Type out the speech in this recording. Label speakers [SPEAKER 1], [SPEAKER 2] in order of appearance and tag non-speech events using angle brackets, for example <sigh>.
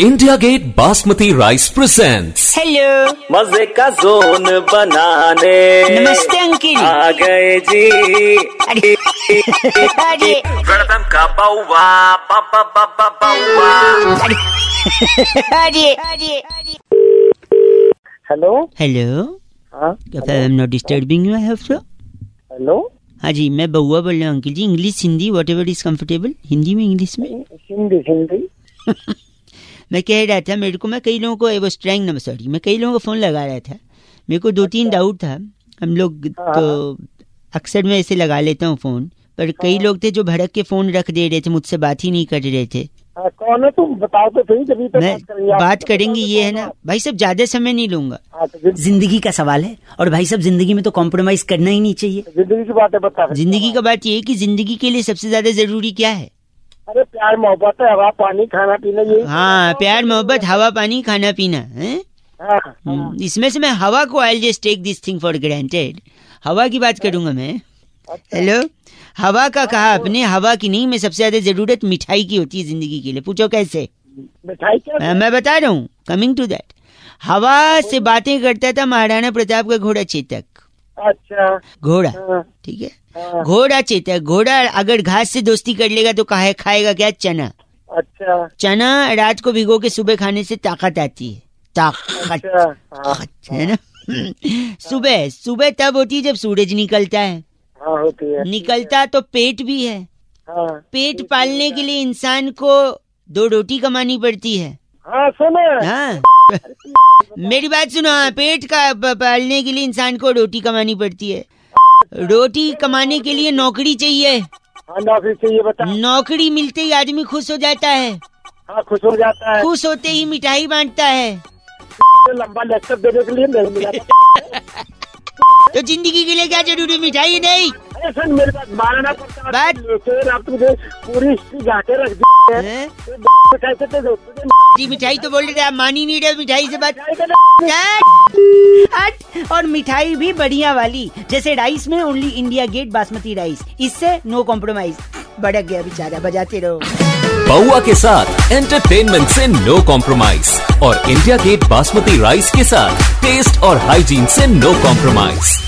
[SPEAKER 1] India Gate basmati rice presents
[SPEAKER 2] hello
[SPEAKER 3] मजे का zone बनाने
[SPEAKER 2] नमस्ते अंकिल
[SPEAKER 4] Ah.
[SPEAKER 3] आ गए जी
[SPEAKER 2] अरे अरे
[SPEAKER 3] वेलकम का बाउवा बाबा बाबा बाउवा
[SPEAKER 2] अरे अरे
[SPEAKER 4] हेलो
[SPEAKER 2] हेलो
[SPEAKER 4] हाँ
[SPEAKER 2] I am not disturbing you I have so
[SPEAKER 4] hello
[SPEAKER 2] हाँ जी मैं बउआ बोल रहा हूँ अंकिल जी English Hindi whatever is comfortable Hindi में इंग्लिश में
[SPEAKER 4] हिंदी हिंदी
[SPEAKER 2] <laughs> मैं कह रहा था मेरे को मैं कई लोगों को वो स्ट्रैंग नंबर सॉरी मैं कई लोगों को फ़ोन लगा रहा था मेरे को दो तीन
[SPEAKER 4] अच्छा।
[SPEAKER 2] डाउट था हम लोग
[SPEAKER 4] हाँ।
[SPEAKER 2] तो अक्सर मैं ऐसे लगा लेता हूँ फ़ोन पर
[SPEAKER 4] हाँ।
[SPEAKER 2] कई लोग थे जो भड़क के फ़ोन रख दे रहे थे मुझसे बात ही नहीं कर रहे थे
[SPEAKER 4] हाँ, कौन है तुम बताओ तो सही तभी तो
[SPEAKER 2] मैं
[SPEAKER 4] बात करेंगे आप
[SPEAKER 2] बात
[SPEAKER 4] तो
[SPEAKER 2] करेंगे
[SPEAKER 4] बताओ
[SPEAKER 2] ये
[SPEAKER 4] तो
[SPEAKER 2] है ना भाई साहब ज़्यादा समय नहीं लूंगा
[SPEAKER 4] कौन है। हाँ, तो जिन-
[SPEAKER 5] जिंदगी का सवाल है और भाई साहब जिंदगी में तो कॉम्प्रोमाइज करना ही नहीं चाहिए
[SPEAKER 4] जिंदगी की बातें बता सकते
[SPEAKER 2] जिंदगी
[SPEAKER 4] हो।
[SPEAKER 2] का बात ये है कि जिंदगी के लिए सबसे ज्यादा जरूरी क्या है
[SPEAKER 4] अरे प्यार मोहब्बत है हवा पानी खाना पीना यही
[SPEAKER 2] हाँ प्यार मोहब्बत हवा पानी खाना पीना हैं?
[SPEAKER 4] हाँ, हाँ।
[SPEAKER 2] हम्म, इसमें से मैं हवा को I just take this thing for granted हवा की बात करूंगा मैं
[SPEAKER 4] अच्छा।
[SPEAKER 2] हेलो हवा का
[SPEAKER 4] हाँ,
[SPEAKER 2] कहा आपने हवा की नहीं मैं सबसे ज्यादा जरूरत मिठाई की होती है जिंदगी के लिए पूछो कैसे
[SPEAKER 4] <laughs> मिठाई क्या
[SPEAKER 2] मैं, मैं बता रहा हूँ कमिंग टू दैट
[SPEAKER 4] हाँ,
[SPEAKER 2] हवा से बातें करता था महाराणा प्रताप का घोड़ा चेतक
[SPEAKER 4] अच्छा
[SPEAKER 2] घोड़ा
[SPEAKER 4] हाँ,
[SPEAKER 2] ठीक है
[SPEAKER 4] हाँ।
[SPEAKER 2] घोड़ा चेतक घोड़ा अगर घास से दोस्ती कर लेगा तो कहा खाएगा क्या चना
[SPEAKER 4] अच्छा
[SPEAKER 2] चना रात को भिगो के सुबह खाने से ताकत आती है ताकत
[SPEAKER 4] अच्छा हाँ
[SPEAKER 2] ताकत, है ना सुबह सुबह तब होती है जब सूरज निकलता है
[SPEAKER 4] हाँ होती है
[SPEAKER 2] निकलता तो पेट भी है
[SPEAKER 4] हाँ
[SPEAKER 2] पेट पालने के लिए इंसान को दो रोटी कमानी पड़ती है
[SPEAKER 4] <laughs> हाँ सुनो
[SPEAKER 2] हाँ मेरी बात सुनो हाँ पेट का प- पालने के लिए इंसान को रोटी कमानी पड़ती है रोटी कमाने के लिए नौकरी चाहिए
[SPEAKER 4] हाँ नौकरी से ये बता
[SPEAKER 2] नौकरी मिलते ही आदमी खुश हो जाता है
[SPEAKER 4] हाँ खुश हो जाता है
[SPEAKER 2] खुश होते ही मिठाई बांटता है
[SPEAKER 4] लंबा लेक्चर देने के लिए नहीं मिला था।
[SPEAKER 2] तो जिंदगी के लिए क्या जरूरी मिठाई नहीं
[SPEAKER 4] अरे सर मेरे पास महाराणा प्रताप
[SPEAKER 2] बात-
[SPEAKER 4] लेकर आप तो मुझे पूरी हिस्ट्री जाके रख दी है
[SPEAKER 2] हैं?
[SPEAKER 4] तो ब- कैसे थे दोस्तों के
[SPEAKER 2] जी मिठाई तो बोल रहे थे आप मान ही नहीं रहे मिठाई से बात
[SPEAKER 4] मिठाई का ना-
[SPEAKER 5] हट! और मिठाई भी बढ़िया वाली जैसे राइस में only India Gate basmati rice इससे नो कॉम्प्रोमाइज भड़क गया बेचारा बजाते रहो
[SPEAKER 1] बउआ के साथ एंटरटेनमेंट से नो कॉम्प्रोमाइज और इंडिया गेट बासमती राइस के साथ टेस्ट और हाइजीन से नो कॉम्प्रोमाइज